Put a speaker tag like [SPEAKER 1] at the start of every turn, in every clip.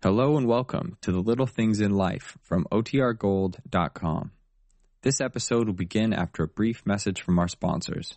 [SPEAKER 1] Hello and welcome to the Little Things in Life from OTRGold.com. This episode will begin after a brief message from our sponsors.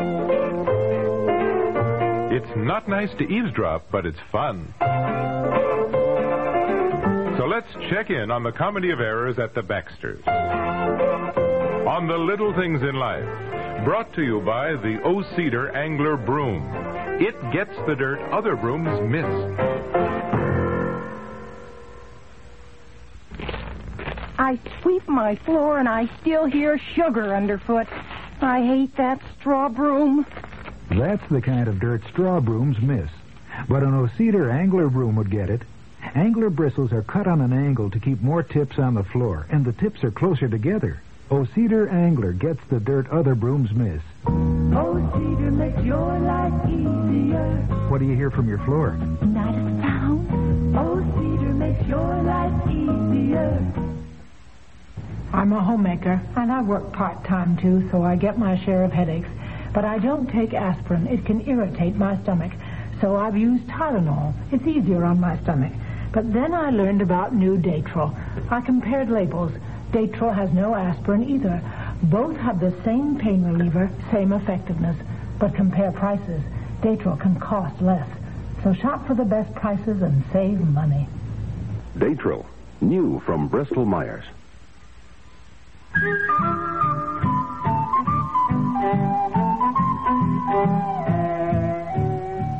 [SPEAKER 2] It's not nice to eavesdrop, but it's fun. So let's check in on the comedy of errors at the Baxters. On the little things in life. Brought to you by the O Cedar Angler Broom. It gets the dirt other brooms miss.
[SPEAKER 3] I sweep my floor and I still hear sugar underfoot. I hate that straw broom.
[SPEAKER 4] That's the kind of dirt straw brooms miss. But an Ocedar angler broom would get it. Angler bristles are cut on an angle to keep more tips on the floor, and the tips are closer together. Ocedar angler gets the dirt other brooms miss.
[SPEAKER 3] Oh, cedar makes your life easier.
[SPEAKER 4] What do you hear from your floor?
[SPEAKER 3] Not a sound. Oh, cedar makes your life easier.
[SPEAKER 5] I'm a homemaker, and I work part-time too, so I get my share of headaches. But I don't take aspirin. It can irritate my stomach. So I've used Tylenol. It's easier on my stomach. But then I learned about new Datril. I compared labels. Datril has no aspirin either. Both have the same pain reliever, same effectiveness. But compare prices. Datril can cost less. So shop for the best prices and save money.
[SPEAKER 6] Datril, new from Bristol Myers.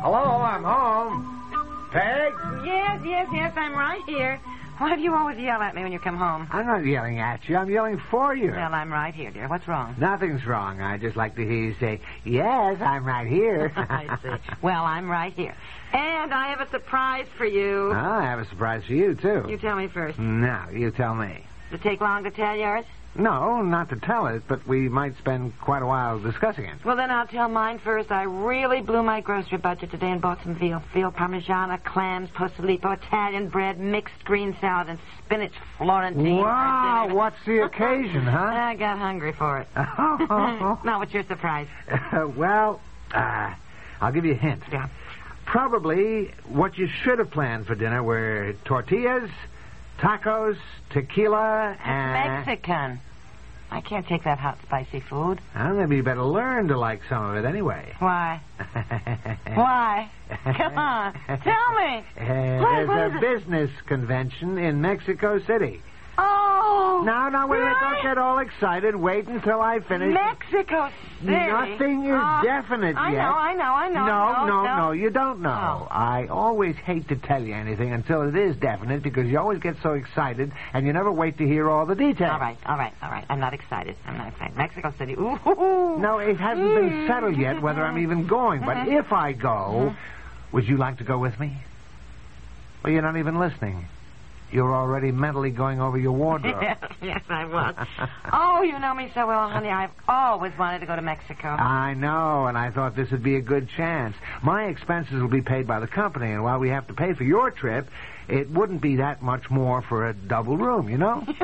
[SPEAKER 7] Hello, I'm home. Peg?
[SPEAKER 8] Yes, yes, yes, I'm right here. Why do you always yell at me when you come home?
[SPEAKER 7] I'm not yelling at you. I'm yelling for you.
[SPEAKER 8] Well, I'm right here, dear. What's wrong?
[SPEAKER 7] Nothing's wrong. I just like to hear you say, yes, I'm right here.
[SPEAKER 8] I see. Well, I'm right here. And I have a surprise for you.
[SPEAKER 7] Well, Ah, I have a surprise for you, too.
[SPEAKER 8] You tell me first.
[SPEAKER 7] Now, you tell me.
[SPEAKER 8] Does it take long to tell yours?
[SPEAKER 7] No, not to tell it, but we might spend quite a while discussing it.
[SPEAKER 8] Well, then I'll tell mine first. I really blew my grocery budget today and bought some veal. Veal parmigiana, clams, postolipo, Italian bread, mixed green salad, and spinach Florentine.
[SPEAKER 7] Wow, what's the occasion, huh?
[SPEAKER 8] I got hungry for it. now, what's your surprise?
[SPEAKER 7] Uh, well, uh, I'll give you a hint.
[SPEAKER 8] Yeah.
[SPEAKER 7] Probably what you should have planned for dinner were tortillas, tacos, tequila, and.
[SPEAKER 8] Mexican. I can't take that hot, spicy food.
[SPEAKER 7] Well, maybe you better learn to like some of it anyway.
[SPEAKER 8] Why? Why? Come on. Tell me.
[SPEAKER 7] Uh,
[SPEAKER 8] What-
[SPEAKER 7] there's
[SPEAKER 8] what
[SPEAKER 7] a
[SPEAKER 8] is it?
[SPEAKER 7] business convention in Mexico City.
[SPEAKER 8] Oh!
[SPEAKER 7] Now, now, wait a minute. Don't
[SPEAKER 8] really?
[SPEAKER 7] get all excited. Wait until I finish.
[SPEAKER 8] Mexico City.
[SPEAKER 7] Nothing is
[SPEAKER 8] Uh,
[SPEAKER 7] definite
[SPEAKER 8] I
[SPEAKER 7] yet.
[SPEAKER 8] know, I know, I know.
[SPEAKER 7] No, no,
[SPEAKER 8] no.
[SPEAKER 7] no, you don't know.
[SPEAKER 8] Oh.
[SPEAKER 7] I always hate to tell you anything until it is definite because you always get so excited and you never wait to hear all the details.
[SPEAKER 8] All right, all right, all right. I'm not excited. I'm not excited. Mexico City. Ooh.
[SPEAKER 7] No, it hasn't
[SPEAKER 8] Hmm.
[SPEAKER 7] been settled yet whether I'm even going,
[SPEAKER 8] Uh-huh.
[SPEAKER 7] but if I go, would you like to go with me? Well, you're not even listening. You're already mentally going over your wardrobe.
[SPEAKER 8] yes, yes, I was. oh, you know me so well, honey. I've always wanted to go to Mexico.
[SPEAKER 7] I know, and I thought this would be a good chance. My expenses will be paid by the company, and while we have to pay for your trip, it wouldn't be that much more for a double room, you know?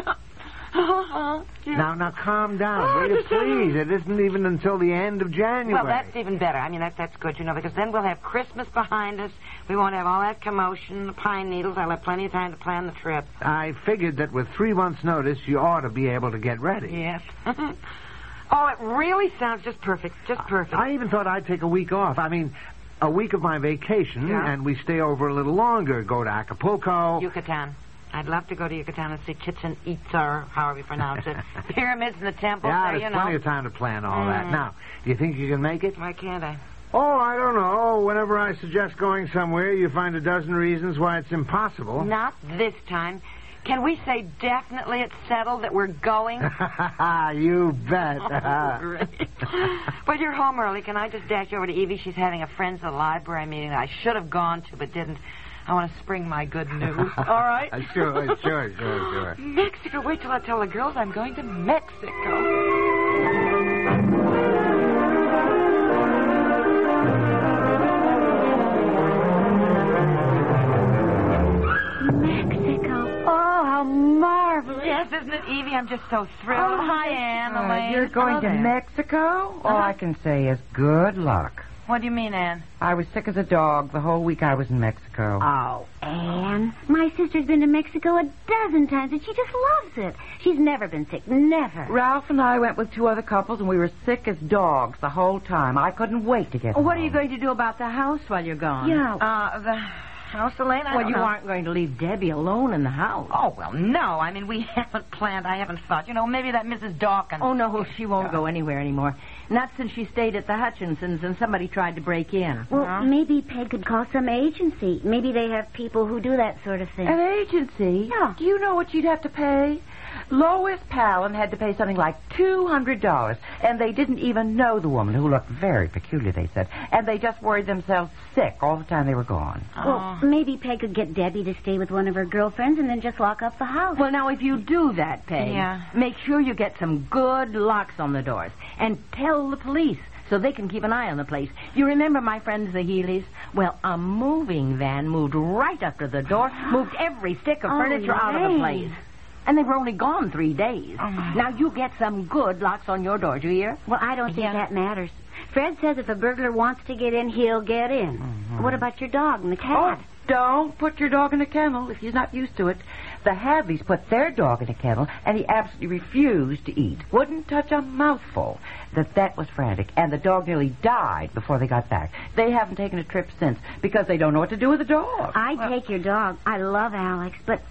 [SPEAKER 8] Uh-huh.
[SPEAKER 7] Now, now, calm down,
[SPEAKER 8] Oh,
[SPEAKER 7] will you
[SPEAKER 8] just-
[SPEAKER 7] please? It isn't even until the end of January.
[SPEAKER 8] Well, that's even better. I mean, that's that's good, you know, because then we'll have Christmas behind us. We won't have all that commotion, the pine needles. I'll have plenty of time to plan the trip.
[SPEAKER 7] I figured that with three months' notice, you ought to be able to get ready.
[SPEAKER 8] Yes. oh, it really sounds just perfect, just perfect.
[SPEAKER 7] I even thought I'd take a week off. I mean, a week of my vacation,
[SPEAKER 8] Yeah.
[SPEAKER 7] Hmm? and we stay over a little longer, go to Acapulco.
[SPEAKER 8] Yucatan. I'd love to go to Yucatan and see Chichen Itza, however you pronounce it. Pyramids and the temples.
[SPEAKER 7] yeah,
[SPEAKER 8] there,
[SPEAKER 7] there's
[SPEAKER 8] you know.
[SPEAKER 7] plenty of time to plan all that.
[SPEAKER 8] Mm.
[SPEAKER 7] Now, do you think you can make it?
[SPEAKER 8] Why can't I?
[SPEAKER 7] Oh, I don't know. Whenever I suggest going somewhere, you find a dozen reasons why it's impossible.
[SPEAKER 8] Not this time. Can we say definitely it's settled that we're going?
[SPEAKER 7] you bet. Ah.
[SPEAKER 8] Oh, great. well, you're home early. Can I just dash over to Evie? She's having a friends of the library meeting that I should have gone to but didn't. I want to spring my good news. All right?
[SPEAKER 7] Uh, sure, sure, sure, sure.
[SPEAKER 8] Mexico. Wait till I tell the girls I'm going to Mexico.
[SPEAKER 9] Mexico. Oh, how marvelous.
[SPEAKER 8] Yes, isn't it, Evie? I'm just so thrilled.
[SPEAKER 9] Oh,
[SPEAKER 8] hi,
[SPEAKER 9] yes.
[SPEAKER 8] Anne.
[SPEAKER 9] Oh,
[SPEAKER 8] Elaine.
[SPEAKER 10] You're going
[SPEAKER 8] Hello
[SPEAKER 10] to
[SPEAKER 8] there.
[SPEAKER 10] Mexico?
[SPEAKER 9] Uh-huh.
[SPEAKER 10] All I can say is good luck.
[SPEAKER 8] What do you mean, Anne?
[SPEAKER 10] I was sick as a dog the whole week I was in Mexico.
[SPEAKER 9] Oh, Anne. My sister's been to Mexico a dozen times, and she just loves it. She's never been sick, never.
[SPEAKER 10] Ralph and I went with two other couples, and we were sick as dogs the whole time. I couldn't wait to get home.
[SPEAKER 11] What are you going to do about the house while you're gone?
[SPEAKER 10] Yeah.
[SPEAKER 8] Uh, the house, Elaine? I
[SPEAKER 11] well,
[SPEAKER 8] don't
[SPEAKER 11] you
[SPEAKER 8] know.
[SPEAKER 11] aren't going to leave Debbie alone in the house.
[SPEAKER 8] Oh, well, no. I mean, we haven't planned. I haven't thought. You know, maybe that Mrs. Dawkins.
[SPEAKER 11] Oh, no, she won't go anywhere anymore. Not since she stayed at the Hutchinsons and somebody tried to break in.
[SPEAKER 9] Well, maybe Peg could call some agency. Maybe they have people who do that sort of thing.
[SPEAKER 10] An agency?
[SPEAKER 9] Yeah.
[SPEAKER 10] Do you know what you'd have to pay? Lois Palin had to pay something like $200, and they didn't even know the woman who looked very peculiar, they said. And they just worried themselves sick all the time they were gone.
[SPEAKER 8] Oh.
[SPEAKER 9] Well, maybe Peg could get Debbie to stay with one of her girlfriends and then just lock up the house.
[SPEAKER 11] Well, now, if you do that, Peg,
[SPEAKER 9] Yeah.
[SPEAKER 11] make sure you get some good locks on the doors and tell the police so they can keep an eye on the place. You remember my friends, the Healy's? Well, a moving van moved right up to the door, moved every stick of
[SPEAKER 9] Oh,
[SPEAKER 11] furniture out of the
[SPEAKER 9] yay. Oh,
[SPEAKER 11] place. And they were only gone three days. now, you get some good locks on your doors, you hear?
[SPEAKER 9] Well, I don't think that matters. Fred says if a burglar wants to get in, he'll get in.
[SPEAKER 11] Mm-hmm.
[SPEAKER 9] What about your dog and the
[SPEAKER 11] Oh,
[SPEAKER 9] cat?
[SPEAKER 10] Don't put your dog in a kennel if he's not used to it. The Hadleys put their dog in a kennel, and he absolutely refused to eat. Wouldn't touch a mouthful. The vet was frantic, and the dog nearly died before they got back. They haven't taken a trip since because they don't know what to do with the dog.
[SPEAKER 9] I take your dog. I love Alex, but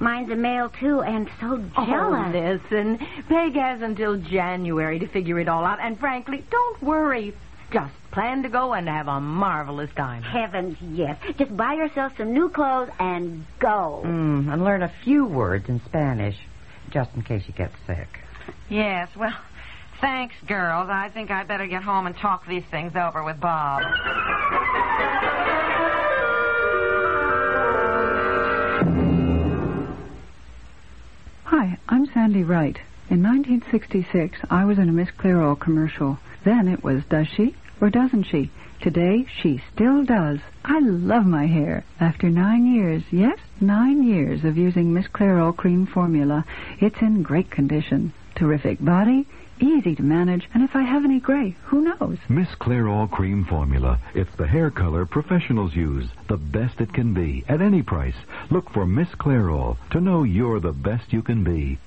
[SPEAKER 9] mine's a male too, and so
[SPEAKER 11] Oh,
[SPEAKER 9] jealous.
[SPEAKER 11] listen. Peg has until January to figure it all out, and frankly, don't worry. Just plan to go and have a marvelous time.
[SPEAKER 9] Heavens, yes. Just buy yourself some new clothes and go.
[SPEAKER 10] Mm, and learn a few words in Spanish, just in case you get sick.
[SPEAKER 8] Yes, well, thanks, girls. I think I better get home and talk these things over with Bob.
[SPEAKER 12] Hi, I'm Sandy Wright. In 1966, I was in a Miss Clairol commercial. Then it was, does she or doesn't she? Today, she still does. I love my hair. After nine years, yes, nine years of using Miss Clairol cream formula, it's in great condition. Terrific body, easy to manage, and if I have any gray, who knows?
[SPEAKER 13] Miss Claire All Cream Formula. It's the hair color professionals use. The best it can be, at any price. Look for Miss Claire All to know you're the best you can be.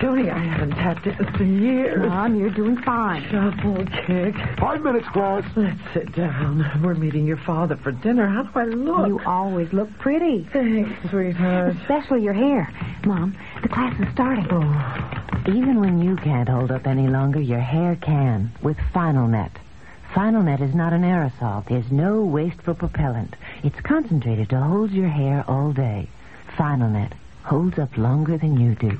[SPEAKER 14] Jody, I haven't had this in years. Mom, you're doing fine. Double kick. Five minutes, Florence. Let's sit down. We're meeting your father for dinner. How do I look?
[SPEAKER 15] You always look pretty.
[SPEAKER 14] Thanks, sweetheart.
[SPEAKER 15] Especially your hair. Mom, the class is starting.
[SPEAKER 14] Oh.
[SPEAKER 15] Even when you can't hold up any longer, your hair can with Final Net. Final Net is not an aerosol. There's no wasteful propellant. It's concentrated to hold your hair all day. Final Net holds up longer than you do.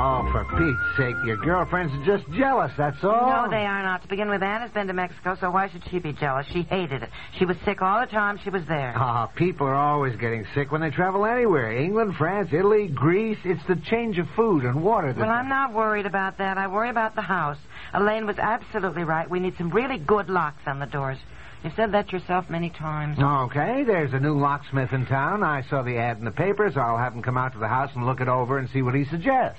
[SPEAKER 7] Oh, for Pete's sake, your girlfriends are just jealous, that's all.
[SPEAKER 8] No, they are not. To begin with, Anne has been to Mexico, so why should she be jealous? She hated it. She was sick all the time she was there.
[SPEAKER 7] Ah, people are always getting sick when they travel anywhere. England, France, Italy, Greece. It's the change of food and water that...
[SPEAKER 8] Well, I'm not worried about that. I worry about the house. Elaine was absolutely right. We need some really good locks on the doors. You've said that yourself many times.
[SPEAKER 7] Okay, there's a new locksmith in town. I saw the ad in the papers. I'll have him come out to the house and look it over and see what he suggests.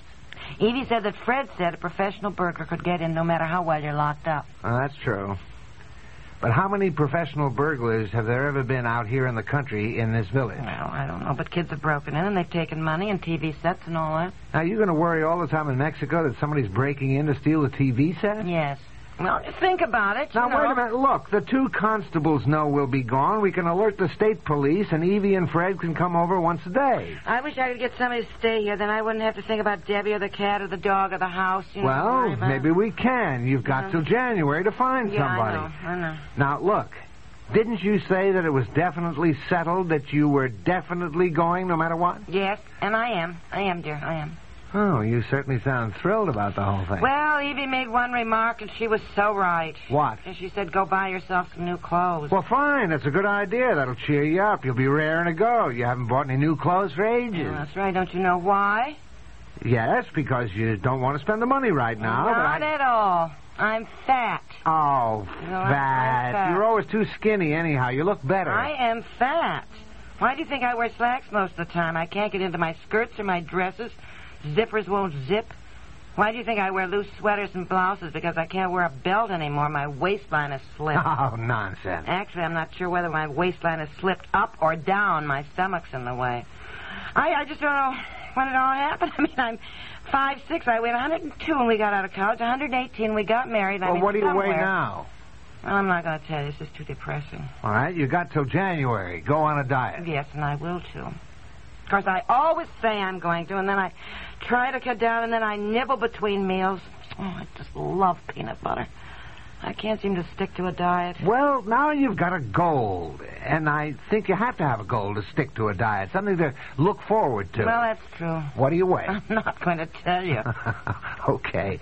[SPEAKER 8] Evie said that Fred said a professional burglar could get in no matter how well you're locked up.
[SPEAKER 7] Well, that's true. But how many professional burglars have there ever been out here in the country in this village? Well,
[SPEAKER 8] I don't know, but kids have broken in and they've taken money and TV sets and all that.
[SPEAKER 7] Now, you're going to worry all the time in Mexico that somebody's breaking in to steal a TV set?
[SPEAKER 8] Yes. Well, think about it.
[SPEAKER 7] Now,
[SPEAKER 8] you know.
[SPEAKER 7] wait a minute. Look, the two constables know we'll be gone. We can alert the state police, and Evie and Fred can come over once a day.
[SPEAKER 8] I wish I could get somebody to stay here. Then I wouldn't have to think about Debbie or the cat or the dog or the house. You know, worry
[SPEAKER 7] well,
[SPEAKER 8] about-
[SPEAKER 7] maybe we can. You've got
[SPEAKER 8] Yeah.
[SPEAKER 7] till January to find
[SPEAKER 8] Yeah,
[SPEAKER 7] somebody.
[SPEAKER 8] I know. I know.
[SPEAKER 7] Now, look. Didn't you say that it was definitely settled that you were definitely going no matter what?
[SPEAKER 8] Yes, and I am. I am, dear. I am.
[SPEAKER 7] Oh, you certainly sound thrilled about the whole thing.
[SPEAKER 8] Well, Evie made one remark, and she was so right.
[SPEAKER 7] What?
[SPEAKER 8] And she said, "Go buy yourself some new clothes."
[SPEAKER 7] Well, fine. That's a good idea. That'll cheer you up. You'll be raring to go. You haven't bought any new clothes for ages.
[SPEAKER 8] Well, that's right. Don't you know why?
[SPEAKER 7] Yes, because you don't want to spend the money right now. but I-
[SPEAKER 8] Not at all. I'm fat.
[SPEAKER 7] Oh,
[SPEAKER 8] No, I'm
[SPEAKER 7] fat.
[SPEAKER 8] fat.
[SPEAKER 7] You're always too skinny, anyhow. You look better.
[SPEAKER 8] I am fat. Why do you think I wear slacks most of the time? I can't get into my skirts or my dresses. Zippers won't zip. Why do you think I wear loose sweaters and blouses? Because I can't wear a belt anymore. My waistline has slipped.
[SPEAKER 7] Oh, nonsense.
[SPEAKER 8] Actually, I'm not sure whether my waistline has slipped up or down. My stomach's in the way. I, I just don't know when it all happened. I mean, I'm five six. I weighed 102 when we got out of college. 118 when we got married. I
[SPEAKER 7] Well,
[SPEAKER 8] mean,
[SPEAKER 7] what do you weigh
[SPEAKER 8] somewhere-
[SPEAKER 7] now?
[SPEAKER 8] Well, I'm not going to tell you. This is too depressing.
[SPEAKER 7] All right, you got till January. Go on a diet.
[SPEAKER 8] Yes, and I will too. Of course, I always say I'm going to, and then I try to cut down, and then I nibble between meals. Oh, I just love peanut butter. I can't seem to stick to a diet.
[SPEAKER 7] Well, now you've got a goal, and I think you have to have a goal to stick to a diet, something to look forward to.
[SPEAKER 8] Well, that's true.
[SPEAKER 7] what do you weigh?
[SPEAKER 8] I'm not going to tell you.
[SPEAKER 7] okay.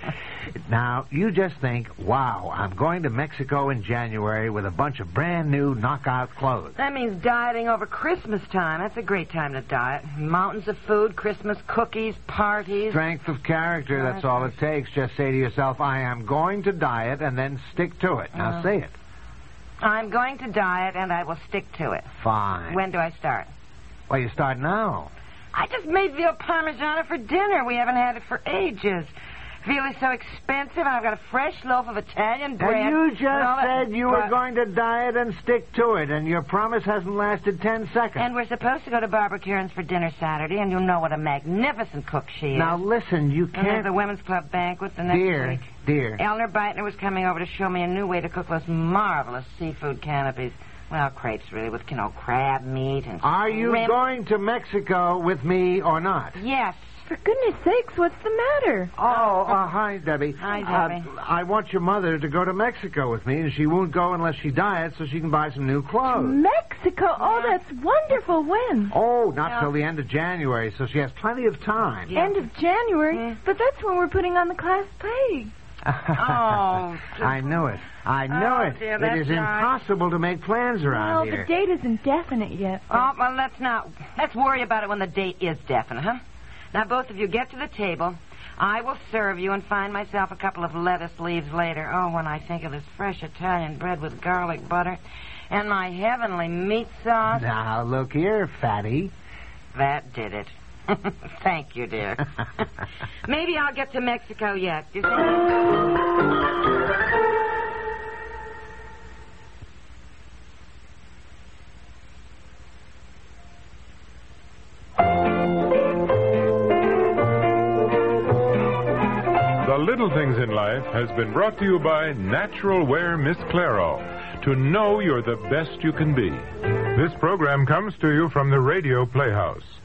[SPEAKER 7] Now, you just think, wow, I'm going to Mexico in January with a bunch of brand new knockout clothes.
[SPEAKER 8] That means dieting over Christmas time. That's a great time to diet. Mountains of food, Christmas cookies, parties.
[SPEAKER 7] Strength of character, that's all it takes. Just say to yourself, I am going to diet, and then stick to it. Now,
[SPEAKER 8] Uh.
[SPEAKER 7] say it.
[SPEAKER 8] I'm going to diet, and I will stick to it.
[SPEAKER 7] Fine.
[SPEAKER 8] When do I start?
[SPEAKER 7] Well, you start now.
[SPEAKER 8] I just made veal parmigiana for dinner. We haven't had it for ages. Veal is so expensive, and I've got a fresh loaf of Italian bread.
[SPEAKER 7] And you just
[SPEAKER 8] and all that-
[SPEAKER 7] said you were
[SPEAKER 8] But-
[SPEAKER 7] going to diet and stick to it, and your promise hasn't lasted ten seconds.
[SPEAKER 8] And we're supposed to go to Barbara Kieran's for dinner Saturday, and you know what a magnificent cook she is.
[SPEAKER 7] Now, listen, you
[SPEAKER 8] and there's
[SPEAKER 7] can't.
[SPEAKER 8] the women's club banquet the next
[SPEAKER 7] Dear,
[SPEAKER 8] week.
[SPEAKER 7] dear.
[SPEAKER 8] Elner Beitner was coming over to show me a new way to cook those marvelous seafood canapes. Well, crepes really with you know crab meat and
[SPEAKER 7] Are you
[SPEAKER 8] shrimp.
[SPEAKER 7] going to Mexico uh, with me or not?
[SPEAKER 8] Yes.
[SPEAKER 3] For goodness sakes, what's the matter?
[SPEAKER 7] Oh, uh, hi, Debbie.
[SPEAKER 8] Hi,
[SPEAKER 7] Uh,
[SPEAKER 8] Debbie.
[SPEAKER 7] I want your mother to go to Mexico with me, and she won't go unless she diets so she can buy some new clothes.
[SPEAKER 3] Mexico. Oh, that's wonderful. When?
[SPEAKER 7] Oh, not till the end of January, so she has plenty of time.
[SPEAKER 3] End of January,
[SPEAKER 8] Mm.
[SPEAKER 3] but that's when we're putting on the class play.
[SPEAKER 8] Oh,
[SPEAKER 7] I knew it. I knew
[SPEAKER 3] Oh,
[SPEAKER 7] it.
[SPEAKER 3] dear,
[SPEAKER 7] it
[SPEAKER 3] that's
[SPEAKER 7] is
[SPEAKER 3] nice.
[SPEAKER 7] impossible to make plans
[SPEAKER 3] Well,
[SPEAKER 7] around
[SPEAKER 3] the
[SPEAKER 7] here.
[SPEAKER 3] date isn't definite yet.
[SPEAKER 8] Oh, well, let's not. Let's worry about it when the date is definite, huh? Now, both of you get to the table. I will serve you and find myself a couple of lettuce leaves later. Oh, when I think of this fresh Italian bread with garlic butter and my heavenly meat sauce.
[SPEAKER 7] Now, look here, fatty.
[SPEAKER 8] That did it. Thank you, dear. Maybe I'll get to Mexico yet. You think?
[SPEAKER 2] The Little Things in Life has been brought to you by Natural Wear Miss Clairol. To know you're the best you can be. This program comes to you from the Radio Playhouse.